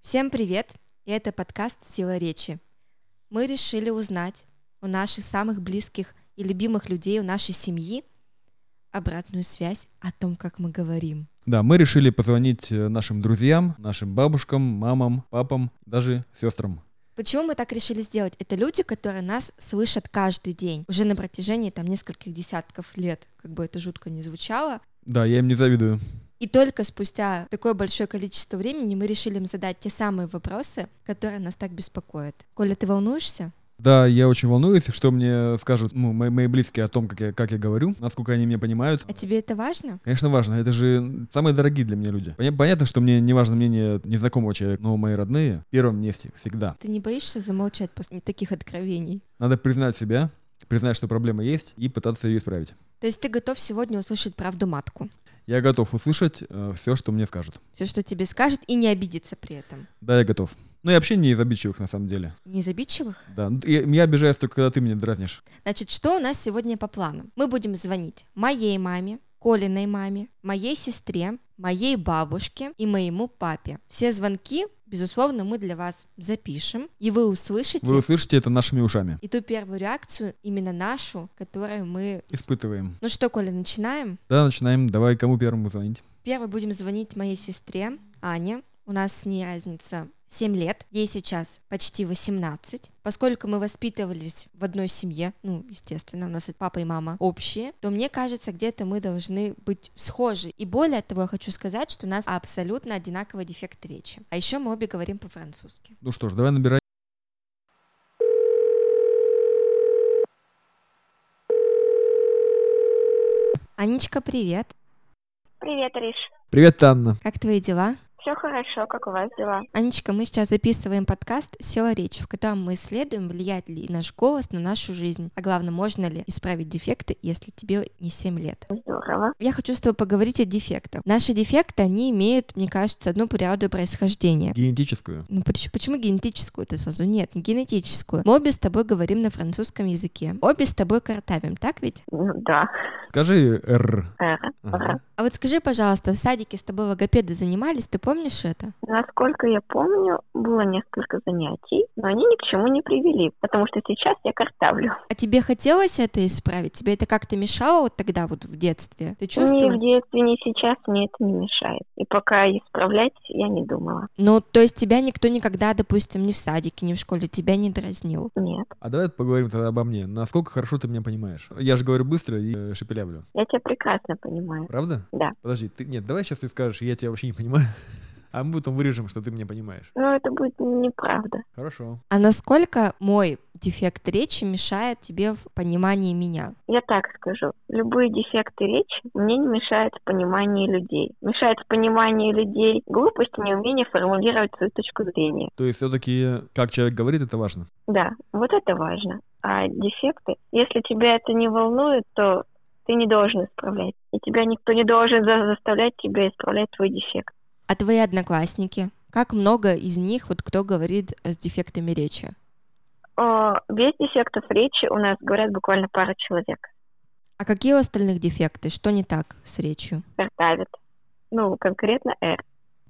Всем привет! И это подкаст «Сила речи». Мы решили узнать у наших самых близких и любимых людей, у нашей семьи, обратную связь о том, как мы говорим. Да, мы решили позвонить э, нашим друзьям, нашим бабушкам, мамам, папам, даже сестрам. Почему мы так решили сделать? Это люди, которые нас слышат каждый день, уже на протяжении там нескольких десятков лет, как бы это жутко не звучало. Да, я им не завидую. И только спустя такое большое количество времени мы решили им задать те самые вопросы, которые нас так беспокоят. Коля, ты волнуешься? Да, я очень волнуюсь, что мне скажут ну, мои, мои близкие о том, как я, как я говорю, насколько они меня понимают. А тебе это важно? Конечно, важно. Это же самые дорогие для меня люди. Поня- Понятно, что мне не важно мнение незнакомого человека, но мои родные в первом месте всегда. Ты не боишься замолчать после таких откровений? Надо признать себя, признать, что проблема есть, и пытаться ее исправить. То есть ты готов сегодня услышать правду матку? Я готов услышать все, что мне скажут. Все, что тебе скажет, и не обидеться при этом. Да, я готов. Ну и вообще не из обидчивых, на самом деле. Не из обидчивых? Да, ну, я, я обижаюсь только, когда ты меня дразнишь. Значит, что у нас сегодня по плану? Мы будем звонить моей маме, Колиной маме, моей сестре, моей бабушке и моему папе. Все звонки, безусловно, мы для вас запишем, и вы услышите Вы услышите это нашими ушами. и ту первую реакцию, именно нашу, которую мы... Испытываем. Ну что, Коля, начинаем? Да, начинаем. Давай, кому первому звонить? Первый будем звонить моей сестре Ане. У нас с ней разница 7 лет, ей сейчас почти 18. Поскольку мы воспитывались в одной семье, ну, естественно, у нас и папа и мама общие, то мне кажется, где-то мы должны быть схожи. И более того, я хочу сказать, что у нас абсолютно одинаковый дефект речи. А еще мы обе говорим по-французски. Ну что ж, давай набирай. Анечка, привет. Привет, Риш. Привет, Анна. Как твои дела? Все хорошо, как у вас дела? Анечка, мы сейчас записываем подкаст «Сила речи», в котором мы исследуем, влияет ли наш голос на нашу жизнь, а главное, можно ли исправить дефекты, если тебе не 7 лет. Здорово. Я хочу с тобой поговорить о дефектах. Наши дефекты, они имеют, мне кажется, одну природу происхождения. Генетическую. Ну поч- почему генетическую ты сразу? Нет, не генетическую. Мы обе с тобой говорим на французском языке. Обе с тобой картавим, так ведь? Ну, да. Скажи «р». Э, Ага. А вот скажи, пожалуйста, в садике с тобой логопеды занимались, ты помнишь это? Насколько я помню, было несколько занятий, но они ни к чему не привели, потому что сейчас я картавлю. А тебе хотелось это исправить? Тебе это как-то мешало вот тогда, вот в детстве? Ты Ни чувствовал? в детстве, ни сейчас мне это не мешает. И пока исправлять я не думала. Ну, то есть тебя никто никогда, допустим, ни в садике, ни в школе тебя не дразнил. Нет. А давай поговорим тогда обо мне. Насколько хорошо ты меня понимаешь? Я же говорю быстро и э, шепелявлю. Я тебя прекрасно понимаю. Правда? Да. Подожди, ты... Нет, давай сейчас ты скажешь, я тебя вообще не понимаю. А мы потом вырежем, что ты меня понимаешь. Но это будет неправда. Хорошо. А насколько мой дефект речи мешает тебе в понимании меня? Я так скажу. Любые дефекты речи мне не мешают в понимании людей. Мешает в понимании людей глупость и неумение формулировать свою точку зрения. То есть все-таки, как человек говорит, это важно. Да, вот это важно. А дефекты, если тебя это не волнует, то ты не должен исправлять. И тебя никто не должен за- заставлять тебя исправлять твой дефект. А твои одноклассники? Как много из них, вот кто говорит с дефектами речи? О, без дефектов речи у нас говорят буквально пара человек. А какие у остальных дефекты? Что не так с речью? Картавит. Ну, конкретно «р».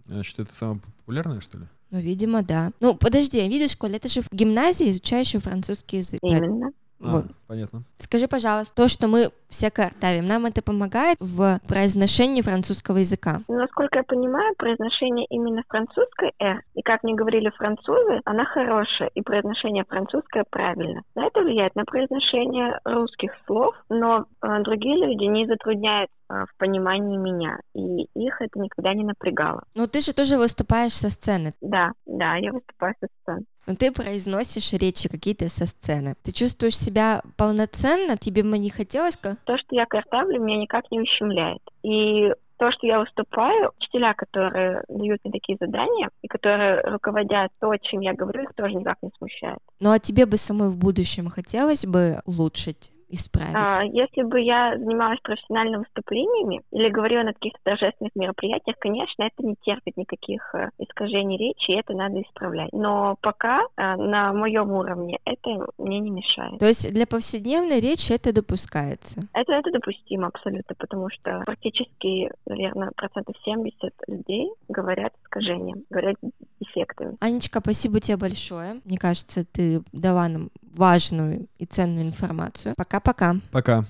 Значит, это самое популярное, что ли? Ну, видимо, да. Ну, подожди, видишь, Коля, это же в гимназии изучающий французский язык. Именно. А, Вот. понятно. Скажи, пожалуйста, то, что мы все картавим, нам это помогает в произношении французского языка? Но, насколько я понимаю, произношение именно французской «р», и как мне говорили французы, она хорошая, и произношение французское правильно. На это влияет на произношение русских слов, но э, другие люди не затрудняют э, в понимании меня, и их это никогда не напрягало. Ну, ты же тоже выступаешь со сцены, Да, да, я выступаю со сцены. но ты произносишь речи какие-то со сцены. Ты чувствуешь себя полноценно? Тебе бы не хотелось? ка- То, что я картавлю, меня никак не ущемляет. И то, что я выступаю, учителя, которые дают мне такие задания, и которые руководят то, чем я говорю, их тоже никак не смущает. Ну, а тебе бы самой в будущем хотелось бы улучшить исправить? А, Если бы я занималась профессиональными выступлениями или говорила на каких-то торжественных мероприятиях, конечно, это не терпит никаких э, искажений речи, и это надо исправлять. Но пока э, на моем уровне это мне не мешает. То есть для повседневной речи это допускается. Это, это допустимо абсолютно, потому что практически, наверное, процентов 70 людей говорят искажением, говорят дефектами. Анечка, спасибо тебе большое. Мне кажется, ты дала нам важную и ценную информацию. Пока-пока. Пока.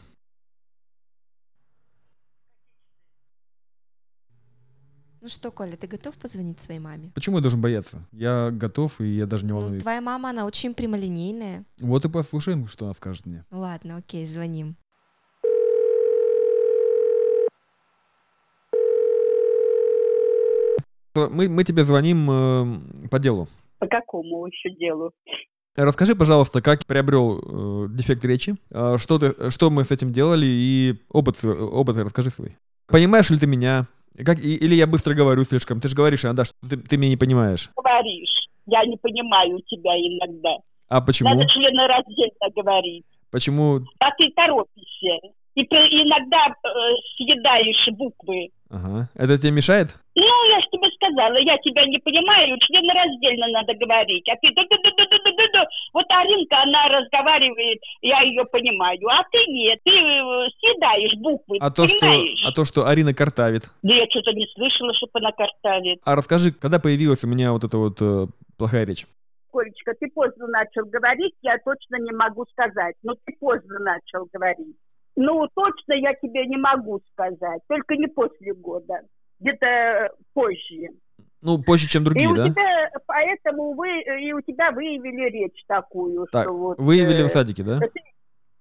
Ну что, Коля, ты готов позвонить своей маме? Почему я должен бояться? Я готов, и я даже не Ну, волнуюсь. твоя мама, она очень прямолинейная. Вот и послушаем, что она скажет мне. Ну ладно, окей, звоним. Э, Мы, мы тебе звоним э, по делу. Э, По какому еще делу? Расскажи, пожалуйста, как приобрел э, дефект речи, э, что, ты, что мы с этим делали, и опыт, св- опыт расскажи свой. Понимаешь ли ты меня? Как, и- или я быстро говорю слишком? Ты же говоришь иногда, что ты, ты меня не понимаешь. Говоришь, я не понимаю тебя иногда. А почему? Надо членораздельно говорить. Почему? А ты торопишься. И ты иногда э, съедаешь буквы. Ага. Это тебе мешает? Ну, я же тебе сказала, я тебя не понимаю, членораздельно надо говорить. А ты ду-ду-ду-ду-ду-ду-ду. Вот Аринка, она разговаривает, я ее понимаю. А ты нет, ты э, съедаешь буквы, А то, что, понимаешь? а то, что Арина картавит. Да я что-то не слышала, чтобы она картавит. А расскажи, когда появилась у меня вот эта вот э, плохая речь? Колечка, ты поздно начал говорить, я точно не могу сказать. Но ты поздно начал говорить. Ну, точно я тебе не могу сказать, только не после года, где-то позже. Ну, позже, чем и другие, у да? тебя, поэтому вы, и у тебя выявили речь такую, Так, что вот... Выявили э, в садике, да?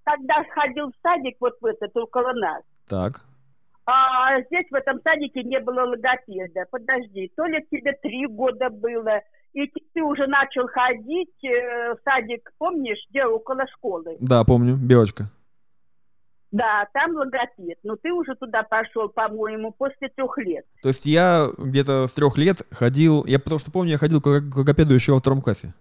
Когда ходил в садик вот в этот, около нас, Так. а здесь в этом садике не было логопеда. Подожди, то ли тебе три года было, и т- ты уже начал ходить э, в садик, помнишь, где около школы? Да, помню, белочка. Да, там логопед. Но ты уже туда пошел, по-моему, после трех лет. То есть я где-то с трех лет ходил, я потому что помню, я ходил к лог- к логопеду еще во втором классе.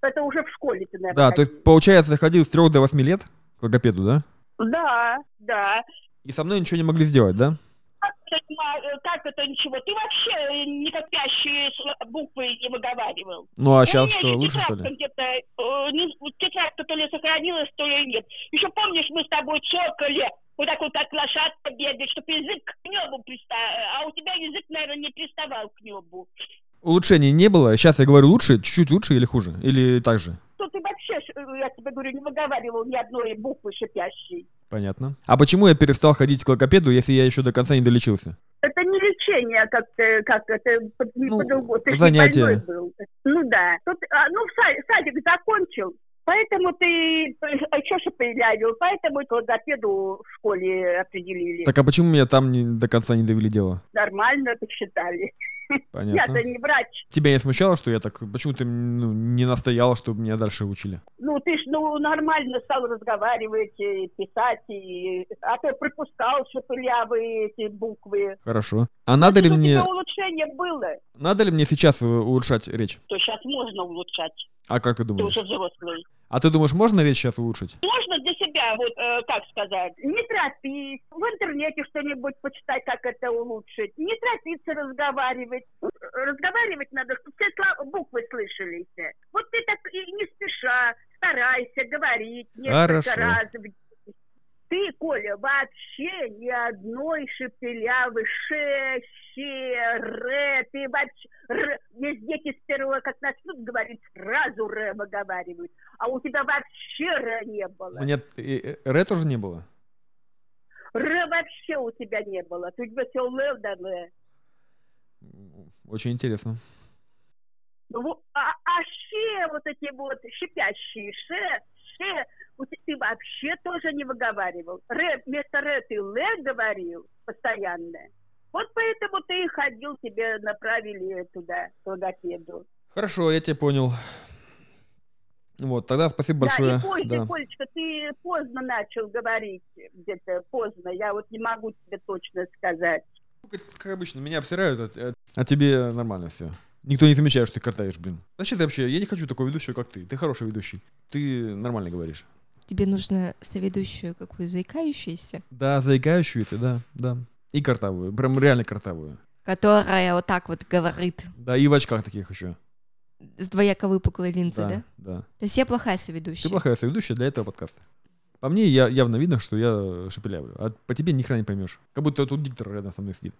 Это уже в школе ты, наверное, Да, то есть получается, я ходил с трех до восьми лет к логопеду, да? Да, да. И со мной ничего не могли сделать, да? Как это, ма- э, как это ничего? Ты вообще э, некопящие сло- буквы не выговаривал. Ну а У сейчас меня что, еще лучше что тетрадка ли? Где-то, э, не- вот тетрадка то ли сохранилась, то ли нет. Еще помнишь, мы с тобой цокали, вот так вот как лошадка бегает, чтобы язык к небу приставал. А у тебя язык, наверное, не приставал к небу. Улучшений не было, сейчас я говорю лучше, чуть-чуть лучше или хуже, или так же? Что ты вообще, ш- э, я тебе говорю, не выговаривал ни одной буквы шипящей. Понятно. А почему я перестал ходить к логопеду, если я еще до конца не долечился? Это не лечение, как ты, как это по- не Ну, по-другому. Ты ж не занятие. больной был. Ну да. Тут, а, ну, са- садик закончил, поэтому ты а еще шепелявил, поэтому к логопеду в школе определили. Так а почему меня там не- до конца не довели дело? Нормально посчитали. Я-то Понятно. не врач. Тебя не смущало, что я так... Почему ты ну, не настояла, чтобы меня дальше учили? Ну, ты ж ну, нормально стал разговаривать, и писать, и... а ты пропускал шепелявые эти буквы. Хорошо. А надо ли Что у мне... тебя улучшение было? Надо ли мне сейчас э, улучшать речь? То сейчас можно улучшать, А как ты ты думаешь? уже взрослый. А ты думаешь, можно речь сейчас улучшить? Можно для себя, вот э, как сказать, не торопись, в интернете что-нибудь почитать, как это улучшить, не торопиться разговаривать. Разговаривать надо, чтобы все сла- буквы слышались. Вот ты так и не спеша, старайся говорить несколько Хорошо. раз в день. Ты, Коля, вообще ни одной шепелявы, ше, ще, ре, ты вообще, р, есть дети с первого, как начнут говорить, сразу ре выговаривают, а у тебя вообще ре не было. У меня э, э, ре тоже не было. Ре вообще у тебя не было, ты у тебя все лэ да лэ. Очень интересно. Ну, во- А, а ше, вот эти вот шипящие ше, ше, у те- ты вообще тоже не выговаривал. Ре, вместо ре ты лэ говорил постоянно. Вот поэтому ты и ходил, тебе направили туда, к логопеду. Хорошо, я тебя понял. Вот, тогда спасибо большое. Да, и позже, Да. Колечка, ты поздно начал говорить, где-то поздно, я вот не могу тебе точно сказать. Ну, Как как обычно, меня обсирают, а, а- а тебе нормально все. Никто не замечает, что ты картаешь, блин. Зачем ты вообще? Я не хочу такого ведущего, как ты. Ты хороший ведущий. Ты нормально говоришь. Тебе нужно соведущую какую заикающуюся, Да, заикающуюся, да, да. И картавую, прям реально картавую. которая вот так вот говорит Да, и в очках таких еще. с двояко выпуклой линзой, да. да. То есть я плохая соведущая. Ты плохая соведущая для этого подкаста. По мне я, явно видно, что я шепелявлю. А по тебе ни хрена не поймешь. Как будто тут диктор рядом со мной сидит.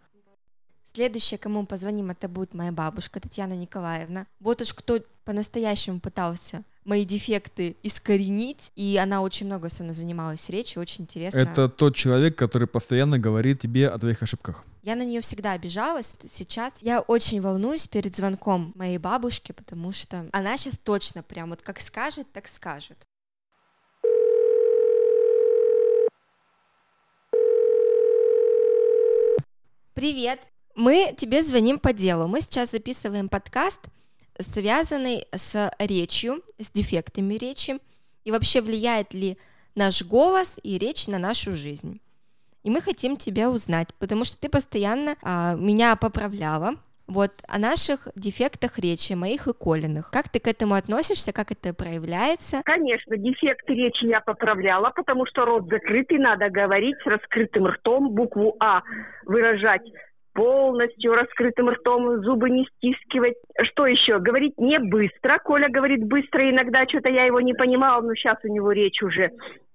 Следующая, кому мы позвоним, это будет моя бабушка Татьяна Николаевна. Вот уж кто по-настоящему пытался мои дефекты искоренить, и она очень много со мной занималась речью, очень интересно. Это тот человек, который постоянно говорит тебе о твоих ошибках. Я на нее всегда обижалась. Сейчас я очень волнуюсь перед звонком моей бабушки, потому что она сейчас точно прям вот как скажет, так скажет. Привет! Мы тебе звоним по делу. Мы сейчас записываем подкаст, связанный с речью, с дефектами речи, и вообще влияет ли наш голос и речь на нашу жизнь. И мы хотим тебя узнать, потому что ты постоянно а, меня поправляла. Вот о наших дефектах речи, моих и Колиных. Как ты к этому относишься, как это проявляется? Конечно, дефекты речи я поправляла, потому что рот закрытый, надо говорить с раскрытым ртом, букву А выражать полностью раскрытым ртом, зубы не стискивать. Что еще? Говорить не быстро. Коля говорит быстро, иногда что-то я его не понимала, но сейчас у него речь уже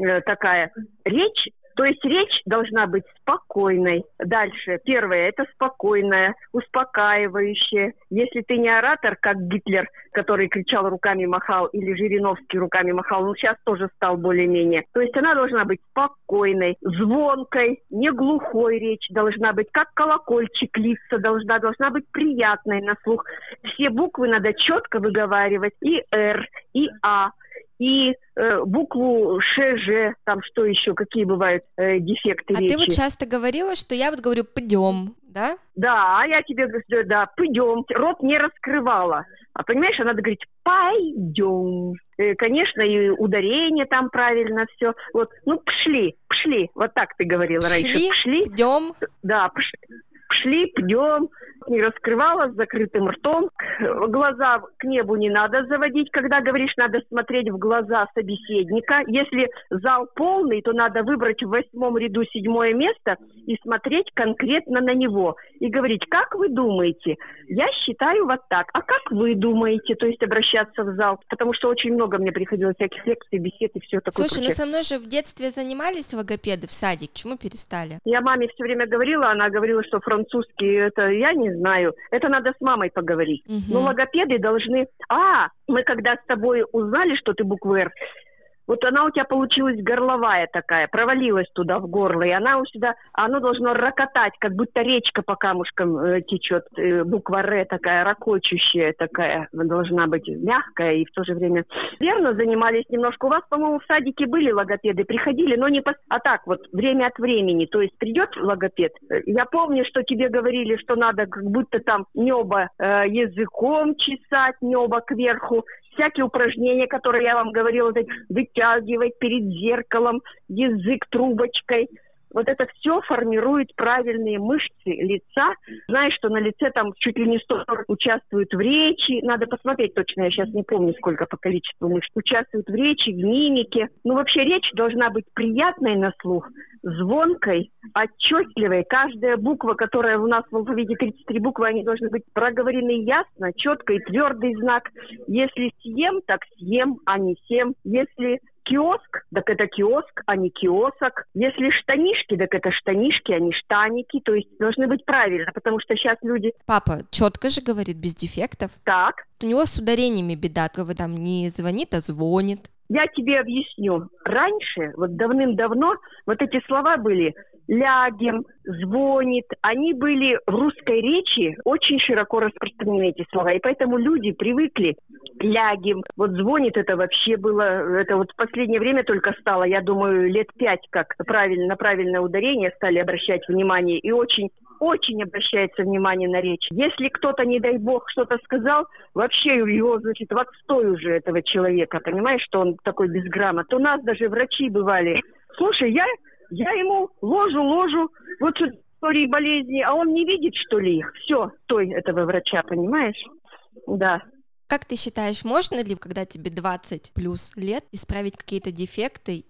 э, такая. Речь то есть речь должна быть спокойной. Дальше. Первое – это спокойная, успокаивающая. Если ты не оратор, как Гитлер, который кричал руками махал, или Жириновский руками махал, он сейчас тоже стал более-менее. То есть она должна быть спокойной, звонкой, не глухой речь должна быть, как колокольчик литься должна, должна быть приятной на слух. Все буквы надо четко выговаривать. И «Р», и «А», и э, букву ШЖ, там что еще, какие бывают э, дефекты А речи. ты вот часто говорила, что я вот говорю «пойдем», да? Да, а я тебе говорю, да, пойдем. Рот не раскрывала. А понимаешь, она надо говорить пойдем. Э, Конечно, и ударение там правильно все. Вот, ну, пшли, пшли. Вот так ты говорила Пшли? раньше. Пшли, «Пойдем». да, пш- пшли, пьем, не раскрывала с закрытым ртом. Глаза к небу не надо заводить, когда говоришь, надо смотреть в глаза собеседника. Если зал полный, то надо выбрать в восьмом ряду седьмое место и смотреть конкретно на него. И говорить, как вы думаете? Я считаю вот так. А как вы думаете? То есть обращаться в зал. Потому что очень много мне приходилось всяких лекций, бесед и все такое. Слушай, прочее. ну со мной же в детстве занимались логопеды в садике, почему перестали? Я маме все время говорила, она говорила, что французский это я не знаю. Это надо с мамой поговорить. Мгм. Но логопеды должны. А, мы когда с тобой узнали, что ты букву Р, вот она у тебя получилась горловая такая, провалилась туда в горло, и она у себя, оно должно рокотать, как будто речка по камушкам э, течет, э, буква Р такая, рокочущая такая, должна быть мягкая и в то же время. Верно занимались немножко. У вас, по-моему, в садике были логопеды, приходили, но не по... А так вот, время от времени, то есть придет логопед. Э, Я помню, что тебе говорили, что надо как будто там небо э, языком чесать, небо кверху, всякие упражнения, которые я вам говорила, вот эти вытягивать перед зеркалом, язык трубочкой. Вот это все формирует правильные мышцы лица. Знаешь, что на лице там чуть ли не 140 участвуют в речи. Надо посмотреть точно, я сейчас не помню, сколько по количеству мышц. Участвуют в речи, в мимике. Ну, вообще речь должна быть приятной на слух, звонкой, отчетливой. Каждая буква, которая у нас в алфавите 33 буквы, они должны быть проговорены ясно, четко и твердый знак. Если съем, так съем, а не съем. Если киоск, так это киоск, а не киосок. Если штанишки, так это штанишки, а не штаники. То есть должны быть правильно, потому что сейчас люди Папа четко же говорит, без дефектов. так. У него с ударениями беда, когда там не звонит, а звонит. Я тебе объясню. Раньше, вот давным-давно, вот эти слова были «лягем», «звонит». Они были в русской речи очень широко распространены, эти слова. И поэтому люди привыкли «лягем». Вот «звонит» это вообще было... Это вот в последнее время только стало, я думаю, лет пять, как правильно, на правильное ударение стали обращать внимание. И очень очень обращается внимание на речь. Если кто-то, не дай бог, что-то сказал, вообще его, значит, в отстой уже этого человека, понимаешь, что он такой безграмот. У нас даже врачи бывали. Слушай, я, я ему ложу, ложу, вот тут истории болезни, а он не видит, что ли, их? Все, той этого врача, понимаешь? Да. Как ты считаешь, можно ли, когда тебе 20 плюс лет, исправить какие-то дефекты?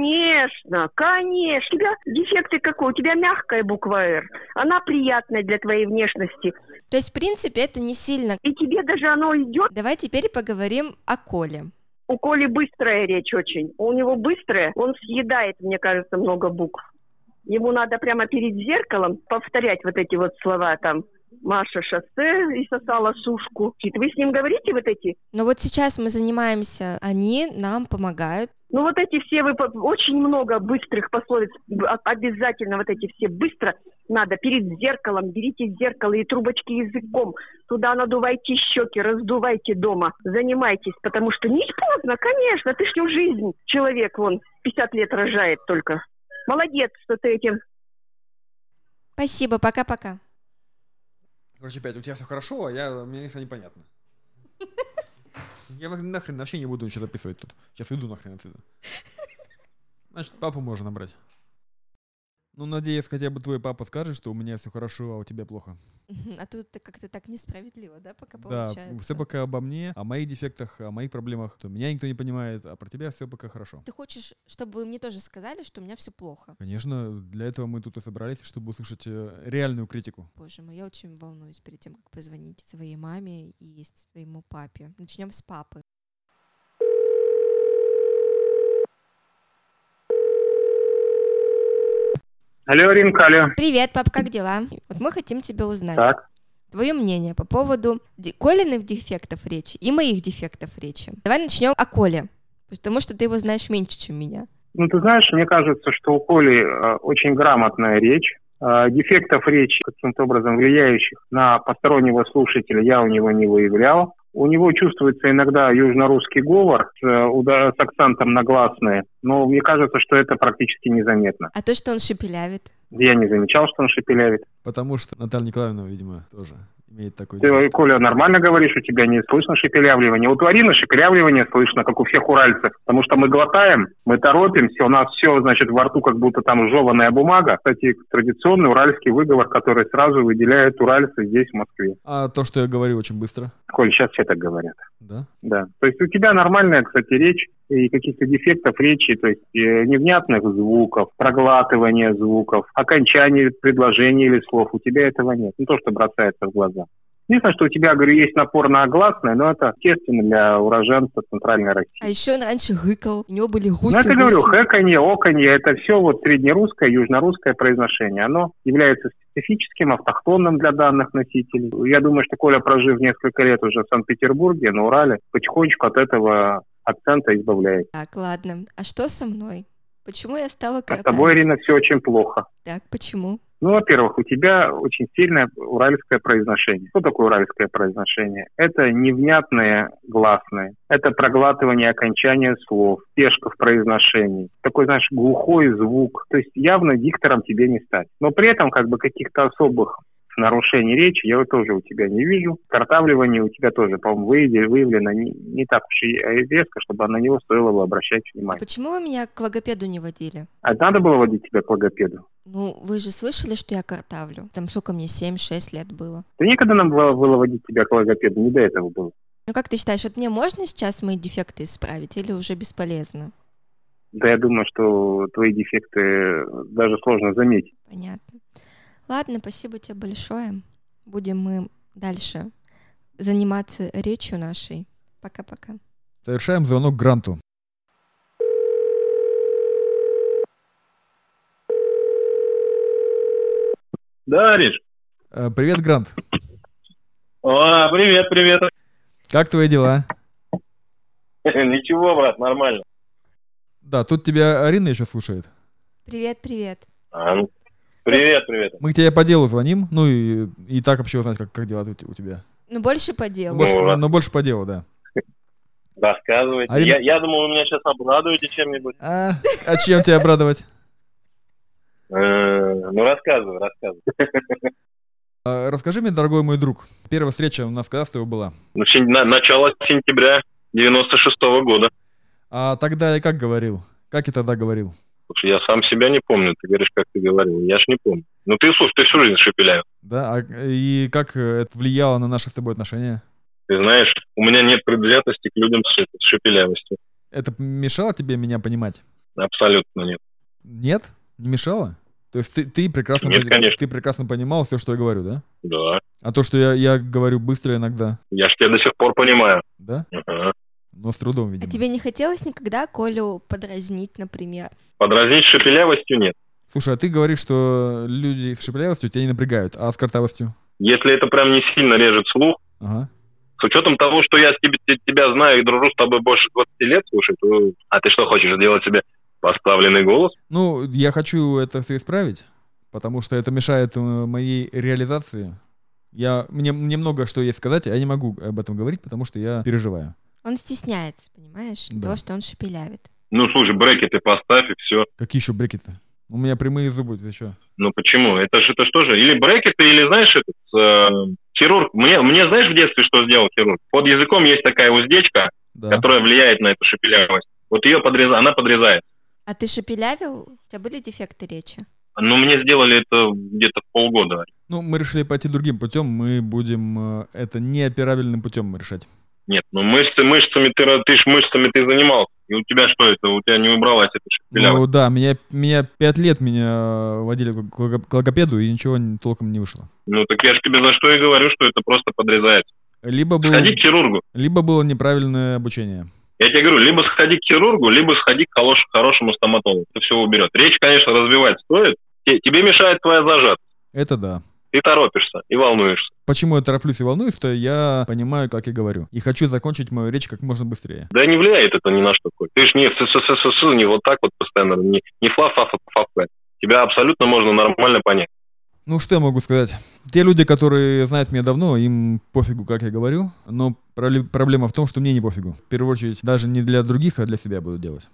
Конечно, конечно. У тебя дефекты какой? У тебя мягкая буква «Р». Она приятная для твоей внешности. То есть, в принципе, это не сильно. И тебе даже оно идет. Давай теперь поговорим о Коле. У Коли быстрая речь очень. У него быстрая. Он съедает, мне кажется, много букв. Ему надо прямо перед зеркалом повторять вот эти вот слова там. Маша шоссе и сосала сушку. Кит, вы с ним говорите вот эти? Но вот сейчас мы занимаемся, они нам помогают. Ну вот эти все, вы, по- очень много быстрых пословиц, Б- о- обязательно вот эти все быстро надо. Перед зеркалом, берите зеркало и трубочки языком, туда надувайте щеки, раздувайте дома, занимайтесь, потому что не поздно, конечно, ты всю жизнь человек, вон, 50 лет рожает только. Молодец, что ты этим Спасибо, пока-пока. Короче, опять, у тебя все хорошо, а я, мне нихрена непонятно. Я нах- нахрен вообще не буду ничего записывать тут. Сейчас иду нахрен отсюда. Значит, папу можно набрать. Ну, надеюсь, хотя бы твой папа скажет, что у меня все хорошо, а у тебя плохо. Мгм, А тут ты как-то так несправедливо, да, пока Да, получается? все пока обо мне, о моих дефектах, о моих проблемах. То меня никто не понимает, а про тебя все пока хорошо. Ты хочешь, чтобы мне тоже сказали, что у меня все плохо? Конечно, для этого мы тут и собрались, чтобы услышать э, реальную критику. Боже мой, я очень волнуюсь перед тем, как позвонить своей маме и своему папе. Начнем с папы. Алло, Римка, алло. Привет, пап, как дела? Вот мы хотим тебя узнать. Так. Твое мнение по поводу де- Колиных дефектов речи и моих дефектов речи. Давай начнем о Коле, потому что ты его знаешь меньше, чем меня. Ну, ты знаешь, мне кажется, что у Коли э, очень грамотная речь. Э, Дефектов речи, каким-то образом влияющих на постороннего слушателя, я у него не выявлял. У него чувствуется иногда южнорусский говор с, э, уда- с акцентом на гласные, но мне кажется, что это практически незаметно. А то, что он шепелявит. Я не замечал, что он шепелявит. Потому что Наталья Николаевна, видимо, тоже имеет такой Ты, дефект. Коля, нормально говоришь, у тебя не слышно шепелявливание. У Тварина шепелявливание слышно, как у всех уральцев, потому что мы глотаем, мы торопимся, у нас все, значит, во рту как будто там жеваная бумага. Кстати, традиционный уральский выговор, который сразу выделяет уральцы здесь, в Москве. А то, что я говорю очень быстро, Коль, сейчас все так говорят. да? Да. То есть у тебя нормальная, кстати, речь и каких-то дефектов речи, то есть э, невнятных звуков, проглатывания звуков, окончания предложений или слов. У тебя этого нет. Ну, то, что бросается в глаза. Единственное, что у тебя, говорю, есть напор на гласные, но это естественно для уроженца Центральной России. А еще он раньше гыкал, у него были Ну, гуси. это, говорю, гуси. хэканье, оканье, это все вот среднерусское, южнорусское произношение. Оно является специфическим, автохтонным для данных носителей. Я думаю, что Коля, прожив несколько лет уже в Санкт-Петербурге, на Урале, потихонечку от этого акцента избавляет. Так, ладно. А что со мной? Почему я стала А с кротать? тобой, Ирина, все очень плохо. Так, почему? Ну, во-первых, у тебя очень сильное уральское произношение. Что такое уральское произношение? Это невнятные гласные, это проглатывание окончания слов, спешка в произношении, такой, знаешь, глухой звук. То есть явно диктором тебе не стать. Но при этом как бы каких-то особых нарушений речи я вот тоже у тебя не вижу. Картавливание у тебя тоже, по-моему, выявлено, выявлено не, не так уж и резко, чтобы на него стоило бы обращать А внимание. почему вы меня к логопеду не водили? А надо было водить тебя к логопеду? Ну, вы же слышали, что я картавлю? Там сколько мне, 7-6 лет было. Да некогда нам было, было водить тебя к логопеду, не до этого было. Ну, как ты считаешь, вот мне можно сейчас мои дефекты исправить или уже бесполезно? Да я думаю, что твои дефекты даже сложно заметить. Понятно. Ладно, спасибо тебе большое. Будем мы дальше заниматься речью нашей. Пока-пока. Совершаем звонок Гранту. Да, Риш. Э, Привет, Грант. О, привет, привет. Как твои дела? Ничего, брат, нормально. Да, тут тебя Арина еще слушает. Привет-привет. А, ну, Привет, привет. Мы к тебе по делу звоним, ну и, и так вообще узнать, как, как дела тут у тебя. Ну, больше по делу. Больше- ладно. но больше по делу, да. Рассказывайте. Арина- Я, я думал, вы меня сейчас обрадуете чем-нибудь. А, а чем тебя обрадовать? Э, ну, рассказывай, рассказывай. А, Расскажи мне, дорогой мой друг, первая встреча у нас когда с тобой была? Ну, сен- на- начало сентября 96-го года. А тогда я как говорил? Как я тогда говорил? Слушай, я сам себя не помню. Ты говоришь, как ты говорил. Я ж не помню. Ну, ты, слушай, ты всю жизнь шепеляешь. Да, а, и как э, это влияло на наши с тобой отношения? Ты знаешь, у меня нет предвзятости к людям с шип- с шепелявостью. Это мешало тебе меня понимать? Абсолютно нет. Нет? Не мешало? То есть ты, ты прекрасно, Нет, пони- конечно. ты прекрасно понимал все, что я говорю, да? Да. А то, что я, я говорю быстро иногда, Я ж тебя до сих пор понимаю. да? Ага. Но с трудом, А видимо. тебе не хотелось никогда Колю подразнить, например? Подразнить шепелявостью нет. Слушай, а ты говоришь, что люди с шепелявостью тебя не напрягают, а с картавостью? Если это прям не сильно режет слух, Ага. с учетом того, что я с тебе- те- тебя знаю и дружу с тобой больше 20 лет, слушай, то... А ты что хочешь, сделать себе поставленный голос? Ну, я хочу это все исправить, потому что это мешает э, моей реализации. Я, мне, мне много что есть сказать, а я не могу об этом говорить, потому что я переживаю. Он стесняется, понимаешь? Да. Того, что он шепелявит. Ну, слушай, брекеты поставь и все. Какие еще брекеты? У меня прямые зубы, ты что? Ну почему? Это же это что же? Или брекеты, или знаешь этот э, хирург. Мне мне знаешь в детстве что сделал хирург? Под языком есть такая уздечка, Да. которая влияет на эту шепелявость. Вот ее подреза, она подрезает. А ты шепелявил? У тебя были дефекты речи? Но мне сделали это где-то в полгода. Ну, мы решили пойти другим путем, мы будем э, это неоперабельным путем решать. Нет, ну мышцы мышцами ты ра- ты ж мышцами ты занимался. И у тебя что это? У тебя не убралась эта шепелявость. Ну да, меня, меня пять лет меня э, водили к лого- к логопеду, и ничего не- толком не вышло. Ну так я же тебе за что и говорю, что это просто подрезает. Либо было, Сходи к хирургу. либо было неправильное обучение. Я тебе говорю, либо сходи к хирургу, либо сходи к холош- хорошему стоматологу. Это все уберет. Речь, конечно, развивать стоит. Те- Тебе мешает твоя зажатость. Это да. Ты торопишься и волнуешься. Почему я тороплюсь и волнуюсь, то я понимаю, как я говорю. И хочу закончить мою речь как можно быстрее. Да не влияет это ни на что. Коль. Ты ж не СССР, не вот так вот постоянно, не, не фла фа фа фа фа. Тебя абсолютно можно нормально понять. Ну, что я могу сказать? Те люди, которые знают меня давно, им пофигу, как я говорю. Но проле- проблема в том, что мне не пофигу. В первую очередь, даже не для других, а для себя буду делать.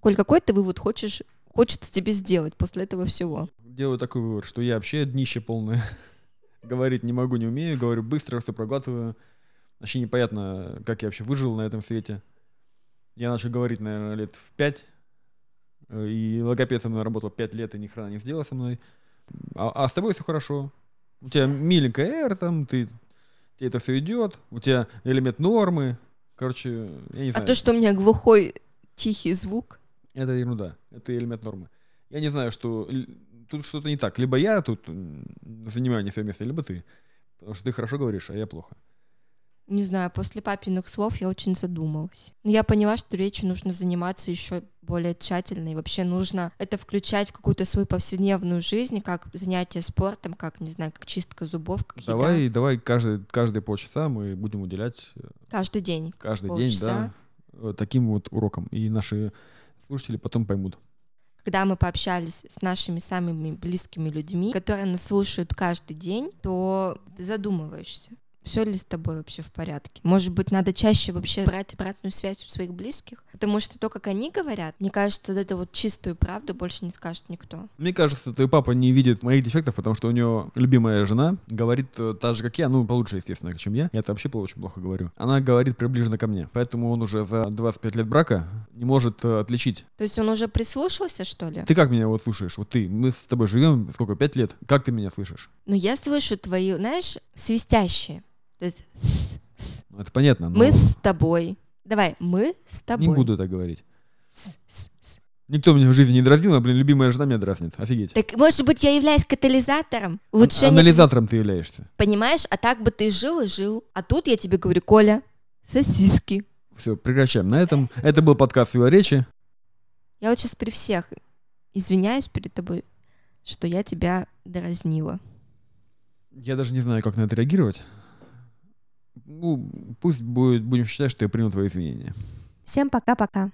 Коль, какой ты вывод хочешь, хочется тебе сделать после этого всего? Делаю такой вывод, что я вообще днище полное. Говорить не могу, не умею, говорю быстро, все проглатываю. Вообще непонятно, как я вообще выжил на этом свете. Я начал говорить, наверное, лет в пять. Э, И логопед со мной работал пять лет и ни хрена не сделал со мной. А, а с тобой все хорошо. У тебя миленькая R там, ты, тебе это все идет. У тебя элемент нормы. Короче, я не А знаю. то, что у меня глухой тихий звук, Это ерунда. Это элемент нормы. Я не знаю, что л- тут что-то не так. Либо я тут м, занимаю не свое место, либо ты. Потому что ты хорошо говоришь, а я плохо. не знаю, после папиных слов я очень задумалась. Но я поняла, что речью нужно заниматься еще более тщательно, и вообще нужно это включать в какую-то свою повседневную жизнь, как занятие спортом, как, не знаю, как чистка зубов, как еда. давай, давай каждый, каждые полчаса мы будем уделять э, Каждый день. каждый Полчаса. день да, э, таким вот урокам. И наши слушатели потом поймут. когда мы пообщались с нашими самыми близкими людьми, которые нас слушают каждый день, то ты задумываешься, все ли с тобой вообще в порядке. Может быть, надо чаще вообще брать обратную связь у своих близких, потому что то, как они говорят, мне кажется, вот эту вот чистую правду больше не скажет никто. Мне кажется, твой папа не видит моих дефектов, потому что у него любимая жена говорит э, та же, как я, ну, получше, естественно, чем я. Я это вообще пл- очень плохо говорю. Она говорит приближенно ко мне. Поэтому он уже за 25 лет брака не может э, отличить То есть он уже прислушался, что ли? Ты как меня вот слушаешь? Вот ты, мы с тобой живем сколько, пять лет? Как ты меня слышишь? Ну, я слышу твои, знаешь, свистящие. То есть «с», «с». Ну, Это понятно, но мы с тобой. Давай, мы с тобой. не буду так говорить. «С, с, с». Никто меня в жизни не дразнил, а, блин, любимая жена меня дразнит. Офигеть. Так, может быть, я являюсь катализатором? Ан- Улучшение Анализатором ты являешься. Понимаешь, а так бы ты жил и жил. А тут я тебе говорю, Коля, сосиски. Все, прекращаем на этом. Это был подкаст его речи. Я вот сейчас при всех извиняюсь перед тобой, что я тебя дразнила. Я даже не знаю, как на это реагировать. Ну, пусть будет, будем считать, что я принял твои извинения. Всем пока-пока.